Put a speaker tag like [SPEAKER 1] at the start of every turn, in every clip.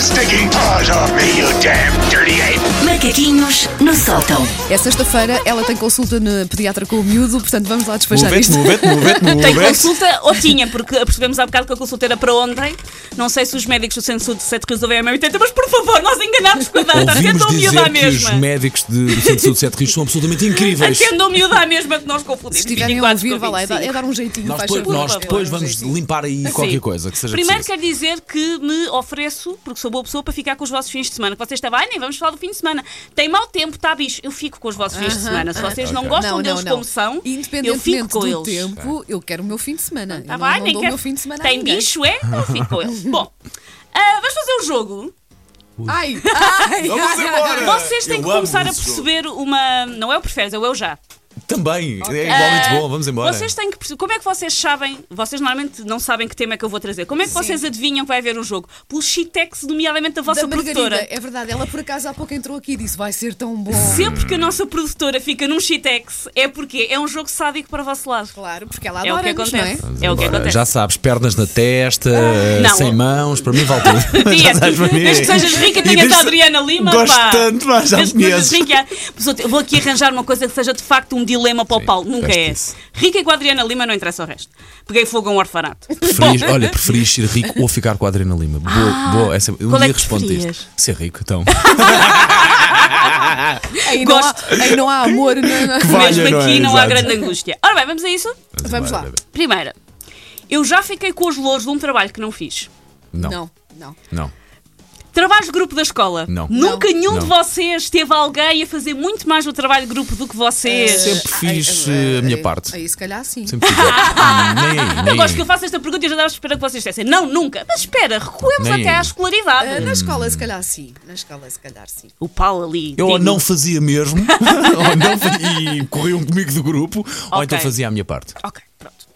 [SPEAKER 1] sticking paws off me, you damn dirty ape!
[SPEAKER 2] Macaquinhos no sótão.
[SPEAKER 3] É sexta-feira, ela tem consulta na pediatra com o miúdo, portanto vamos lá despachar
[SPEAKER 4] Move it,
[SPEAKER 3] isto.
[SPEAKER 4] move it, move it, move
[SPEAKER 5] Tem
[SPEAKER 4] it.
[SPEAKER 5] consulta ou tinha, porque percebemos há bocado que a consulta era para ontem. Não sei se os médicos do Centro Sul de Sete Rios ouvem a mesma tenta, mas por favor, nós enganámos com a data.
[SPEAKER 4] Ouvimos
[SPEAKER 5] Atendam o miúdo
[SPEAKER 4] dizer
[SPEAKER 5] à
[SPEAKER 4] que os
[SPEAKER 5] mesma.
[SPEAKER 4] médicos de, do Centro de Saúde de Sete Rios são absolutamente incríveis.
[SPEAKER 5] Atendam o miúdo à mesma que nós confundimos.
[SPEAKER 3] Se estiverem a
[SPEAKER 5] 24
[SPEAKER 3] ouvir,
[SPEAKER 5] com
[SPEAKER 3] vá lá, é dar,
[SPEAKER 5] 25.
[SPEAKER 3] é dar um jeitinho,
[SPEAKER 4] Nós
[SPEAKER 3] faz
[SPEAKER 4] depois,
[SPEAKER 3] favor. Por
[SPEAKER 4] nós
[SPEAKER 3] favor,
[SPEAKER 4] depois
[SPEAKER 3] um
[SPEAKER 4] vamos
[SPEAKER 3] jeitinho.
[SPEAKER 4] limpar aí qualquer coisa que seja
[SPEAKER 5] Assim, Primeiro
[SPEAKER 4] preciso.
[SPEAKER 5] quero dizer que me ofereço, porque sou boa pessoa, para ficar com os vossos fins de semana. Que vocês estavam, ai, nem vamos falar do fim de semana. Tem mau tempo, tá bicho. Eu fico com os vossos fins de semana. Se vocês não gostam
[SPEAKER 3] Não,
[SPEAKER 5] deles
[SPEAKER 3] não, não.
[SPEAKER 5] como são, eu
[SPEAKER 3] Independentemente
[SPEAKER 5] fico com
[SPEAKER 3] do
[SPEAKER 5] eles.
[SPEAKER 3] tempo, eu quero o meu fim de semana.
[SPEAKER 5] Tá
[SPEAKER 3] eu
[SPEAKER 5] bem,
[SPEAKER 3] não, não
[SPEAKER 5] nem
[SPEAKER 3] dou o
[SPEAKER 5] quero-
[SPEAKER 3] meu fim de semana a
[SPEAKER 5] Tem
[SPEAKER 3] ninguém.
[SPEAKER 5] bicho, é? Eu fico com ele. Bom, ah, vamos fazer um jogo.
[SPEAKER 3] Ai, ai,
[SPEAKER 4] Vamos embora!
[SPEAKER 5] Vocês têm
[SPEAKER 4] Eu
[SPEAKER 5] que
[SPEAKER 4] amo
[SPEAKER 5] começar a
[SPEAKER 4] esse jogo.
[SPEAKER 5] perceber uma. Não é o preferes, é o eu já.
[SPEAKER 4] Também, é igualmente bom, vamos embora.
[SPEAKER 5] Vocês têm que perceber. Como é que vocês sabem? Vocês normalmente não sabem que tema é que eu vou trazer. Como é que vocês adivinham que vai haver um jogo? Pelo shitex, nomeadamente da vossa
[SPEAKER 3] da Margarida,
[SPEAKER 5] produtora.
[SPEAKER 3] é verdade, ela por acaso há pouco entrou aqui e disse vai ser tão bom.
[SPEAKER 5] Sempre que a nossa produtora fica num shitex, é porque é um jogo sádico para o vosso lado.
[SPEAKER 3] Claro, porque ela
[SPEAKER 5] É o
[SPEAKER 3] adora
[SPEAKER 5] que
[SPEAKER 3] não
[SPEAKER 5] acontece.
[SPEAKER 3] é?
[SPEAKER 5] É o que
[SPEAKER 4] Ora,
[SPEAKER 5] acontece. Ah,
[SPEAKER 4] Já sabes, pernas na testa,
[SPEAKER 5] Não.
[SPEAKER 4] sem mãos, para mim vale tudo. Já
[SPEAKER 5] Dias,
[SPEAKER 4] sabes para mim.
[SPEAKER 5] desde que sejas rica,
[SPEAKER 4] E
[SPEAKER 5] tenhas
[SPEAKER 4] desde-
[SPEAKER 5] a Adriana Lima.
[SPEAKER 4] Gosto
[SPEAKER 5] pá.
[SPEAKER 4] tanto, mas já me
[SPEAKER 5] Desde que sejas
[SPEAKER 4] conheces.
[SPEAKER 5] rica. Mas eu vou aqui arranjar uma coisa que seja de facto um dilema para o
[SPEAKER 4] Sim,
[SPEAKER 5] Paulo. Nunca é.
[SPEAKER 4] teste
[SPEAKER 5] Rica e com a Adriana Lima não interessa o resto. Peguei fogo a um orfanato.
[SPEAKER 4] Preferis, olha, preferis ser rico ou ficar com a Adriana Lima? Boa, boa. Essa, eu
[SPEAKER 5] qual é
[SPEAKER 4] ia
[SPEAKER 5] que
[SPEAKER 4] responder isto.
[SPEAKER 5] preferias?
[SPEAKER 4] Ser rico, então.
[SPEAKER 3] Aí não, há,
[SPEAKER 5] Gosto.
[SPEAKER 3] aí não há amor. não- não-
[SPEAKER 4] Valha,
[SPEAKER 5] Mesmo
[SPEAKER 4] não é?
[SPEAKER 5] aqui não há
[SPEAKER 4] Exato.
[SPEAKER 5] grande angústia. Ora bem, vamos a isso?
[SPEAKER 3] Vamos lá.
[SPEAKER 5] Primeira, eu já fiquei com os louros de um trabalho que não fiz.
[SPEAKER 4] Não, não.
[SPEAKER 3] Não, não.
[SPEAKER 5] Trabalho de grupo da escola.
[SPEAKER 4] Não.
[SPEAKER 5] Nunca nenhum
[SPEAKER 4] Não.
[SPEAKER 5] de vocês teve alguém a fazer muito mais no trabalho de grupo do que vocês.
[SPEAKER 4] É, Sempre fiz eh, a minha parte.
[SPEAKER 3] Aí se calhar sim.
[SPEAKER 4] Sempre fiz. nem, É, nem.
[SPEAKER 5] Ah, Eu gosto que eu faça esta pergunta e eu já estava a esperar que vocês dissessem não, nunca. Mas espera, recuemos
[SPEAKER 4] Nem
[SPEAKER 5] até à
[SPEAKER 4] eu.
[SPEAKER 5] escolaridade.
[SPEAKER 4] Hum.
[SPEAKER 3] Ah, Na escola se calhar sim. Na escola se calhar sim.
[SPEAKER 5] O Paulo ali.
[SPEAKER 4] Eu ou
[SPEAKER 5] digno.
[SPEAKER 4] não fazia mesmo, ou não fazia, e corriam comigo do grupo, ou
[SPEAKER 5] Ok.
[SPEAKER 4] então fazia a minha parte.
[SPEAKER 5] Ok, pronto.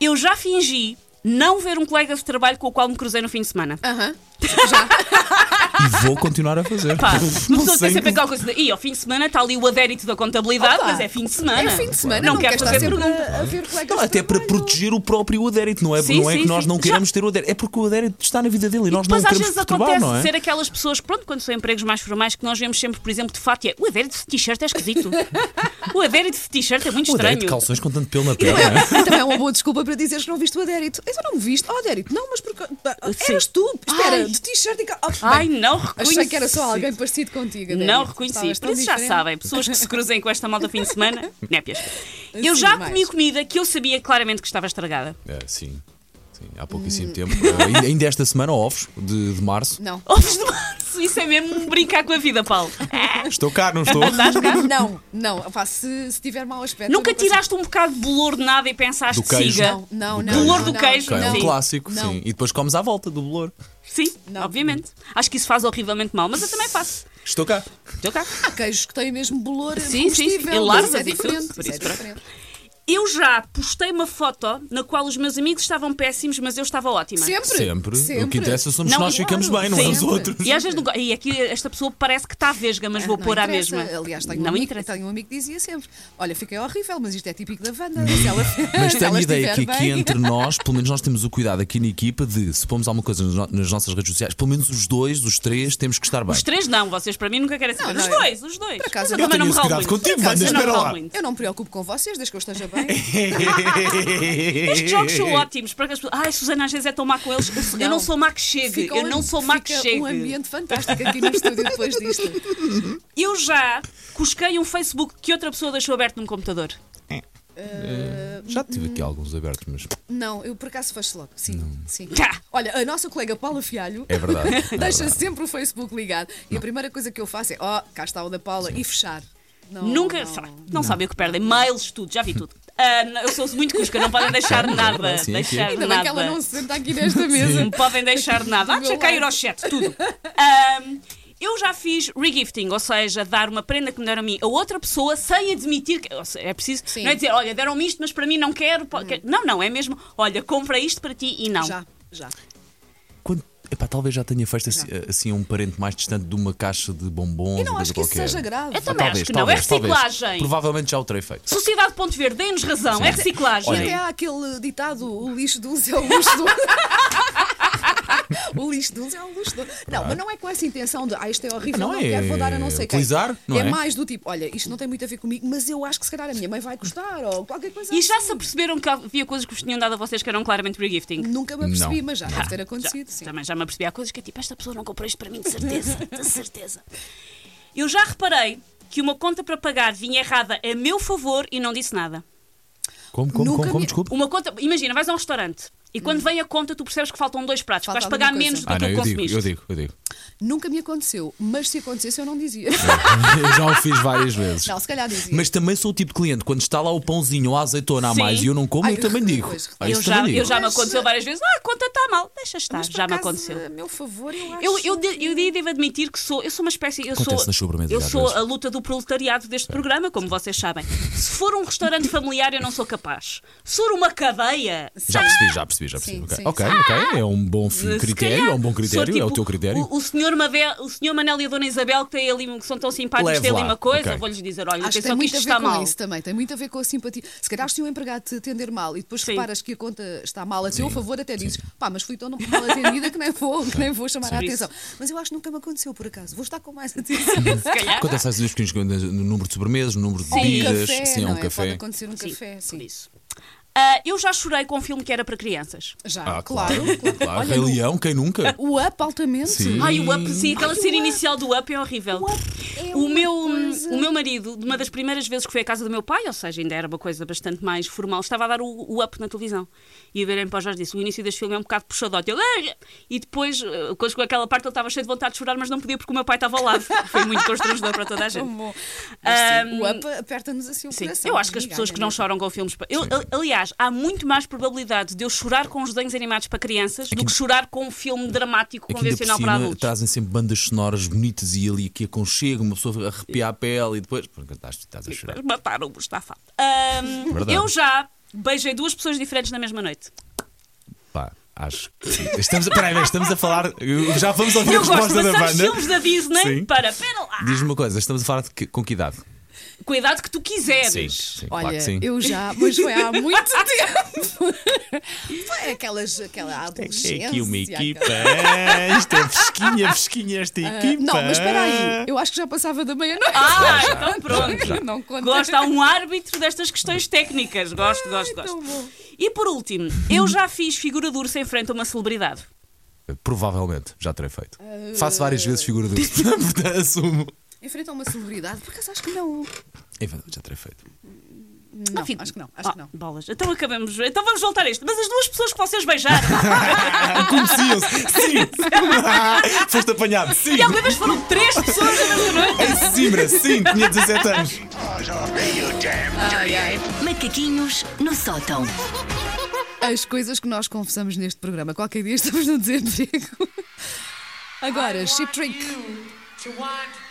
[SPEAKER 5] Eu já fingi não ver um colega de trabalho com o qual me cruzei no fim de semana.
[SPEAKER 3] Aham.
[SPEAKER 4] E vou continuar a fazer.
[SPEAKER 5] Pá, uma pessoa tem
[SPEAKER 4] sei
[SPEAKER 5] é sempre
[SPEAKER 4] como-
[SPEAKER 5] aquela coisa de. Ih, ao fim de semana está ali o adérito da contabilidade,
[SPEAKER 3] Opa.
[SPEAKER 5] mas é fim de semana.
[SPEAKER 3] É fim de semana,
[SPEAKER 5] Não,
[SPEAKER 3] não,
[SPEAKER 5] quero
[SPEAKER 3] quero
[SPEAKER 5] fazer
[SPEAKER 3] estar sempre
[SPEAKER 5] pergunta.
[SPEAKER 3] a, a ver colegas.
[SPEAKER 4] Não, até para proteger o próprio adérito, não é,
[SPEAKER 5] Sim,
[SPEAKER 4] não é
[SPEAKER 5] sim,
[SPEAKER 4] que nós
[SPEAKER 5] sim.
[SPEAKER 4] não queremos ter o adérito. É porque o adérito está na vida dele e nós não
[SPEAKER 5] Mas
[SPEAKER 4] o
[SPEAKER 5] às
[SPEAKER 4] queremos
[SPEAKER 5] vezes
[SPEAKER 4] perturbar,
[SPEAKER 5] acontece
[SPEAKER 4] não é?
[SPEAKER 5] ser aquelas pessoas, pronto, quando são empregos mais formais, que nós vemos sempre, por exemplo, de fato, e é o adérito de t-shirt é esquisito. o adérito de t-shirt é muito
[SPEAKER 4] O adérito
[SPEAKER 5] estranho.
[SPEAKER 4] de calções com tanto pelo na pele. não é?
[SPEAKER 3] Também- Também é uma boa desculpa para dizeres que não viste o Adérito. Então não me viste. Oh, Adérito, não, mas porque. Ah,
[SPEAKER 5] Sim.
[SPEAKER 3] Eras tu. Espera,
[SPEAKER 5] Ai.
[SPEAKER 3] de t-shirt e cal- oh,
[SPEAKER 5] Ai,
[SPEAKER 3] bem,
[SPEAKER 5] não
[SPEAKER 3] Achei
[SPEAKER 5] reconheci.
[SPEAKER 3] que era só alguém parecido contigo. Adérito.
[SPEAKER 5] Não reconheci.
[SPEAKER 3] Estavas é
[SPEAKER 5] Por
[SPEAKER 3] tão
[SPEAKER 5] isso já
[SPEAKER 3] diferente.
[SPEAKER 5] sabem, pessoas que se cruzem com esta malta fim de semana, népias. Eu
[SPEAKER 3] Sim,
[SPEAKER 5] já
[SPEAKER 3] Assim mais.
[SPEAKER 5] comi comida que eu sabia claramente que estava estragada.
[SPEAKER 4] É, sim. Sim, há pouquíssimo tempo. Eh, ainda- ainda esta semana, ovos de, de março.
[SPEAKER 3] Não.
[SPEAKER 5] Ovos de março, isso é mesmo um brincar com a vida, Paulo.
[SPEAKER 3] É,
[SPEAKER 4] Estou cá, não estou.
[SPEAKER 3] Ah, Não, não. Pá, se, se tiver mau aspecto.
[SPEAKER 5] Nunca
[SPEAKER 3] eu não consigo.
[SPEAKER 5] tiraste um bocado de bolor de nada e pensaste,
[SPEAKER 4] Do queijo.
[SPEAKER 5] siga.
[SPEAKER 3] Não, não, não. não,
[SPEAKER 4] Do queijo.
[SPEAKER 5] Bolor do
[SPEAKER 3] não,
[SPEAKER 5] queijo,
[SPEAKER 4] Ok, é
[SPEAKER 3] não.
[SPEAKER 4] um clássico,
[SPEAKER 3] Não.
[SPEAKER 4] sim. E depois comes à volta do bolor.
[SPEAKER 5] Sim,
[SPEAKER 3] Não.
[SPEAKER 5] obviamente. Acho que isso faz horrivelmente mal, mas eu também faço.
[SPEAKER 4] Estou cá.
[SPEAKER 5] Estou cá.
[SPEAKER 3] Há queijos que têm mesmo bolor.
[SPEAKER 5] Sim, sim,
[SPEAKER 3] comestível,
[SPEAKER 5] e larvas
[SPEAKER 3] isso é
[SPEAKER 5] e tudo,
[SPEAKER 3] diferente.
[SPEAKER 5] por
[SPEAKER 3] isso é
[SPEAKER 5] isso, pronto.
[SPEAKER 3] diferente.
[SPEAKER 5] Eu já postei uma foto na qual os meus amigos estavam péssimos, mas eu estava ótima.
[SPEAKER 3] Sempre.
[SPEAKER 4] Sempre. O que interessa somos
[SPEAKER 5] Não,
[SPEAKER 4] nós
[SPEAKER 5] claro,
[SPEAKER 4] ficamos bem, não é os
[SPEAKER 5] sempre.
[SPEAKER 4] outros.
[SPEAKER 5] E às vezes não... go- E aqui esta pessoa parece que está vesga, mas
[SPEAKER 3] Ah,
[SPEAKER 5] vou
[SPEAKER 3] não
[SPEAKER 5] pôr à
[SPEAKER 3] interessa.
[SPEAKER 5] mesma.
[SPEAKER 3] Aliás, tenho,
[SPEAKER 5] não
[SPEAKER 3] um amigo,
[SPEAKER 5] interessa.
[SPEAKER 3] tenho um amigo que dizia sempre: Olha, fiquei horrível, mas isto é típico da Wanda. se ela-
[SPEAKER 4] Mas
[SPEAKER 3] se
[SPEAKER 4] tenho
[SPEAKER 3] ela
[SPEAKER 4] a ideia que
[SPEAKER 3] estiver
[SPEAKER 4] aqui
[SPEAKER 3] bem.
[SPEAKER 4] entre nós, pelo menos nós temos o cuidado aqui na equipa de se pomos alguma coisa nas no- nas nossas redes sociais, pelo menos os dois, os três, temos que estar bem.
[SPEAKER 5] Os três não, vocês para mim nunca querem saber.
[SPEAKER 3] Não,
[SPEAKER 5] os
[SPEAKER 3] não, eu-
[SPEAKER 5] dois, os dois. Por
[SPEAKER 3] acaso, eu
[SPEAKER 5] mas também
[SPEAKER 4] tenho
[SPEAKER 5] não me
[SPEAKER 4] esse
[SPEAKER 5] ralo
[SPEAKER 4] cuidado
[SPEAKER 5] muito.
[SPEAKER 3] tipo,
[SPEAKER 4] contigo,
[SPEAKER 5] Por acaso,
[SPEAKER 4] Wanda,
[SPEAKER 5] eu não me
[SPEAKER 4] espera
[SPEAKER 5] ralo
[SPEAKER 4] lá.
[SPEAKER 5] muito.
[SPEAKER 3] Eu não me preocupo com vocês, desde que eu esteja bem.
[SPEAKER 5] Estes jogos são ótimos, para que as pessoas. Ai, Susana, às vezes é tão má com eles. Eu sou- Eu não
[SPEAKER 3] Não.
[SPEAKER 5] sou má que chegue.
[SPEAKER 3] Fica
[SPEAKER 5] Eu
[SPEAKER 3] um-
[SPEAKER 5] não sou má que
[SPEAKER 3] fica
[SPEAKER 5] chegue.
[SPEAKER 3] um ambiente fantástico aqui no estúdio depois disto.
[SPEAKER 5] Eu já cusquei um Facebook que outra pessoa deixou aberto num computador.
[SPEAKER 4] Já tive aqui alguns abertos, mas
[SPEAKER 3] Não, eu por acaso faço logo. Sim, sim.
[SPEAKER 5] Tá.
[SPEAKER 3] Olha, a nossa colega Paula Fialho
[SPEAKER 4] é verdade. é
[SPEAKER 3] deixa
[SPEAKER 4] verdade.
[SPEAKER 3] sempre o Facebook ligado. E a primeira coisa que eu faço é: ó, cá está o da Paula e fechar. Não,
[SPEAKER 5] Nunca.
[SPEAKER 3] Oh, não.
[SPEAKER 5] sei lá, Não, sabem o que perdem. Mails, tudo, já vi tudo. Ah, não, eu sou muito cusca, não podem deixar nada.
[SPEAKER 4] sim, sim.
[SPEAKER 5] deixar
[SPEAKER 3] Ainda bem
[SPEAKER 5] nada.
[SPEAKER 3] que ela não se senta aqui nesta mesa.
[SPEAKER 5] Não podem deixar nada. Ah, deixa
[SPEAKER 3] meu
[SPEAKER 5] cair
[SPEAKER 3] lado.
[SPEAKER 5] ao chat, tudo. Ahm, eu já fiz regifting, ou seja, dar uma prenda que me deram a mim a outra pessoa sem admitir que. ou seja, é preciso.
[SPEAKER 3] Sim. Hum.
[SPEAKER 5] Não é dizer, olha, deram-me isto, mas para mim não quero. po- quero- Não, não, é mesmo, olha, compra isto para ti e não.
[SPEAKER 3] Já, já.
[SPEAKER 4] Quando- epá, talvez já tenha feito assim, assim um parente mais distante de uma caixa de bombons.
[SPEAKER 3] E não
[SPEAKER 4] uma
[SPEAKER 3] acho que
[SPEAKER 4] coisa
[SPEAKER 3] isso seja
[SPEAKER 4] qualquer.
[SPEAKER 3] grave.
[SPEAKER 5] Eu
[SPEAKER 4] Ah,
[SPEAKER 5] também
[SPEAKER 4] talvez,
[SPEAKER 5] acho que não.
[SPEAKER 4] talvez,
[SPEAKER 5] É
[SPEAKER 4] talvez.
[SPEAKER 5] reciclagem.
[SPEAKER 4] Provavelmente já o terei feito.
[SPEAKER 5] Sociedade Ponto Verde, deem-nos razão, é reciclagem.
[SPEAKER 3] Até há aquele ditado: o lixo de uns é o luxo do outro. O lixo de uns é o lixo de outros. Não, mas não é com essa intenção de, ah, isto é horrível,
[SPEAKER 4] Não
[SPEAKER 3] não,
[SPEAKER 4] é
[SPEAKER 3] quero, vou dar a não sei quem.
[SPEAKER 4] utilizar, não é?
[SPEAKER 3] mais do tipo, olha, isto não tem muito a ver comigo, mas eu acho que se calhar a minha mãe vai gostar ou qualquer coisa
[SPEAKER 5] E já
[SPEAKER 3] assim.
[SPEAKER 5] se aperceberam que havia coisas que vos tinham dado a vocês que eram claramente regifting?
[SPEAKER 3] Nunca me apercebi,
[SPEAKER 4] Não.
[SPEAKER 3] mas já deve ter acontecido, sim.
[SPEAKER 5] Também já me apercebi. Há coisas que é tipo, esta pessoa não comprou isto para mim, de certeza, de certeza. Eu já reparei que uma conta para pagar vinha errada a meu favor e não disse nada.
[SPEAKER 4] Como, como,
[SPEAKER 3] Nunca
[SPEAKER 4] como, como,
[SPEAKER 3] me-
[SPEAKER 4] desculpe?
[SPEAKER 5] Uma conta, imagina, vais a um restaurante e quando vem a conta tu percebes que faltam dois pratos,
[SPEAKER 3] Hum. Falta
[SPEAKER 5] vais pagar
[SPEAKER 3] alguma coisa.
[SPEAKER 5] menos do
[SPEAKER 4] Ah,
[SPEAKER 5] que
[SPEAKER 4] não,
[SPEAKER 5] o que
[SPEAKER 4] eu digo,
[SPEAKER 5] consumiste.
[SPEAKER 4] eu digo, eu digo.
[SPEAKER 3] Nunca me aconteceu, mas se acontecesse eu não dizia.
[SPEAKER 4] Eu já o fiz várias vezes.
[SPEAKER 3] Não, se calhar dizia.
[SPEAKER 4] Mas também sou o tipo de cliente, quando está lá o pãozinho ou a azeitona a
[SPEAKER 5] Sim.
[SPEAKER 4] mais e eu não como,
[SPEAKER 3] Ai,
[SPEAKER 4] eu também digo.
[SPEAKER 3] pois,
[SPEAKER 4] Ah,
[SPEAKER 5] Eu
[SPEAKER 4] isso
[SPEAKER 5] já,
[SPEAKER 4] também digo.
[SPEAKER 5] eu já me
[SPEAKER 3] Mas-
[SPEAKER 5] aconteceu várias vezes, ah, a conta está mal, deixa estar,
[SPEAKER 3] Mas, por
[SPEAKER 5] Tá, já me
[SPEAKER 3] acaso,
[SPEAKER 5] aconteceu.
[SPEAKER 3] A meu favor, eu acho.
[SPEAKER 5] Eu, eu, de- eu de- devo admitir que sou, eu sou uma espécie. Eu sou,
[SPEAKER 4] Acontece nas sobremesas
[SPEAKER 5] eu
[SPEAKER 4] às
[SPEAKER 5] sou
[SPEAKER 4] vezes. É.
[SPEAKER 5] a luta do proletariado deste programa, como vocês sabem. Se for um restaurante familiar, eu não sou capaz. Se for uma cadeia.
[SPEAKER 4] Já percebi, já percebi, já percebi.
[SPEAKER 3] Sim,
[SPEAKER 4] ok,
[SPEAKER 3] sim,
[SPEAKER 4] ok, ok, é um bom fi-
[SPEAKER 5] se
[SPEAKER 4] critério,
[SPEAKER 5] calhar,
[SPEAKER 4] é um bom
[SPEAKER 5] se for,
[SPEAKER 4] critério, é o
[SPEAKER 5] tipo,
[SPEAKER 4] teu critério.
[SPEAKER 5] O, o senhor Mabel- o senhor Manel e a dona Isabel, que, têm ali, um- que são tão simpáticos,
[SPEAKER 4] Leve
[SPEAKER 5] têm ali
[SPEAKER 4] lá,
[SPEAKER 5] uma coisa,
[SPEAKER 4] ok.
[SPEAKER 5] vou-lhes dizer: olha,
[SPEAKER 3] Acho que tem
[SPEAKER 5] atenção que
[SPEAKER 3] muito
[SPEAKER 5] isto
[SPEAKER 3] a ver
[SPEAKER 5] está
[SPEAKER 3] com
[SPEAKER 5] mal.
[SPEAKER 3] isso também, tem muito a ver com a simpatia. Se calhar se um empregado te atender mal e depois
[SPEAKER 5] Sim.
[SPEAKER 3] reparas que a conta está mal a teu favor, até dizes, pá, mas fui tão mal atendida que nem vou, que nem vou chamar a
[SPEAKER 5] Sim.
[SPEAKER 3] atenção. Mas eu acho que nunca me aconteceu, por acaso. Vou estar com mais atenção.
[SPEAKER 5] Se calhar.
[SPEAKER 4] Acontece às vezes que no número de sobremesas, no número de
[SPEAKER 3] Ou um
[SPEAKER 4] bebidas,
[SPEAKER 3] café,
[SPEAKER 4] sim, é
[SPEAKER 3] não
[SPEAKER 4] um
[SPEAKER 3] é? Pode
[SPEAKER 4] café.
[SPEAKER 3] acontecer um
[SPEAKER 5] Sim,
[SPEAKER 3] café,
[SPEAKER 5] por
[SPEAKER 3] sim.
[SPEAKER 5] isso. Ah, eu já chorei com um filme que era para crianças.
[SPEAKER 3] Já,
[SPEAKER 4] Ah,
[SPEAKER 3] claro.
[SPEAKER 4] claro, claro.
[SPEAKER 3] Olha,
[SPEAKER 4] Rei
[SPEAKER 3] no-
[SPEAKER 4] Leão, quem nunca? É
[SPEAKER 3] O up altamente.
[SPEAKER 4] Sim.
[SPEAKER 5] Ai, o Up, sim, aquela
[SPEAKER 3] Ai, o Up.
[SPEAKER 5] cena inicial do Up é horrível.
[SPEAKER 3] O Up é
[SPEAKER 5] o,
[SPEAKER 3] uma
[SPEAKER 5] meu,
[SPEAKER 3] coisa.
[SPEAKER 5] o meu marido, de uma das primeiras vezes que foi à casa do meu pai, ou seja, ainda era uma coisa bastante mais formal, estava a dar o, o Up na televisão. E a verem para os disse: o início deste filme é um bocado puxadote. Ele, "Ah!" e depois, eh, quando chegou aquela parte, ele estava cheio de vontade de chorar, mas não podia porque o meu pai estava ao lado. Foi muito constrangedor para toda a gente.
[SPEAKER 3] Tão bom. Mas, sim,
[SPEAKER 5] Ahm,
[SPEAKER 3] o up aperta-nos assim o
[SPEAKER 5] Sim,
[SPEAKER 3] coração.
[SPEAKER 5] eu acho que as
[SPEAKER 3] Amiga,
[SPEAKER 5] pessoas que
[SPEAKER 3] amiga.
[SPEAKER 5] não choram com filmes. pa- Eu, ali- aliás, há muito mais probabilidade de eu chorar com os desenhos animados para crianças do que chorar com um filme dramático
[SPEAKER 4] Aqui ainda por
[SPEAKER 5] convencional para
[SPEAKER 4] cima
[SPEAKER 5] adultos.
[SPEAKER 4] trazem sempre bandas sonoras bonitas e ali que aconchegam, uma pessoa arrepia a pele e depois. Pronto, estás, estás a chorar.
[SPEAKER 5] Mataram o Mustafa. Ahm,
[SPEAKER 4] Verdade.
[SPEAKER 5] eu já beijei duas pessoas diferentes na mesma noite.
[SPEAKER 4] Pá, acho que. Estamos a, peraí, estamos a falar. eu- Já vamos ouvir a
[SPEAKER 5] eu gosto
[SPEAKER 4] resposta
[SPEAKER 5] de
[SPEAKER 4] da
[SPEAKER 5] passar os
[SPEAKER 4] banda.
[SPEAKER 5] filmes da Disney
[SPEAKER 4] Sim.
[SPEAKER 5] para. Pera lá!
[SPEAKER 4] Diz-me uma coisa, estamos a falar de que, com que idade?
[SPEAKER 5] Com a idade que tu quiseres.
[SPEAKER 4] claro
[SPEAKER 3] Olha,
[SPEAKER 4] que sim.
[SPEAKER 3] eu já, mas foi há muito tempo. Foi aquelas, aquela adolescência.
[SPEAKER 4] É aqui uma equipa,
[SPEAKER 3] aquela-
[SPEAKER 4] isto é fresquinha, fresquinha esta equipa.
[SPEAKER 3] Ah, Não, mas espera aí, eu acho que já passava da meia-noite.
[SPEAKER 5] Ah, então pronto.
[SPEAKER 4] já.
[SPEAKER 3] Não conta.
[SPEAKER 5] Gosto, há um árbitro destas questões técnicas. Gosto, gosto,
[SPEAKER 3] tão bom.
[SPEAKER 5] gosto. E por último, eu já fiz figura durça em frente a uma celebridade.
[SPEAKER 4] Ah, Provavelmente, já terei feito.
[SPEAKER 3] Ah.
[SPEAKER 4] Faço várias vezes figura do portanto, assumo.
[SPEAKER 3] Enfrenta uma celebridade, por acaso acho que não.
[SPEAKER 4] Enfim, já terei feito.
[SPEAKER 3] Não,
[SPEAKER 5] Enfim.
[SPEAKER 3] acho que não, acho
[SPEAKER 5] Ah,
[SPEAKER 3] que não.
[SPEAKER 5] Bolas. Então acabamos. Então vamos voltar a isto. Mas as duas pessoas que vocês beijaram.
[SPEAKER 3] Ah.
[SPEAKER 4] Conheciam-se, sim! Foste apanhado, sim!
[SPEAKER 5] e alguma vez foram três pessoas na mesma noite.
[SPEAKER 4] Em Simbra, sim, tinha 17 anos.
[SPEAKER 1] Paws off me, you damn
[SPEAKER 3] Ai, ai.
[SPEAKER 2] Macaquinhos no sótão.
[SPEAKER 3] As coisas que nós confessamos neste programa. Qualquer dia estamos no desemprego. Agora, Chip Trick.
[SPEAKER 6] you to want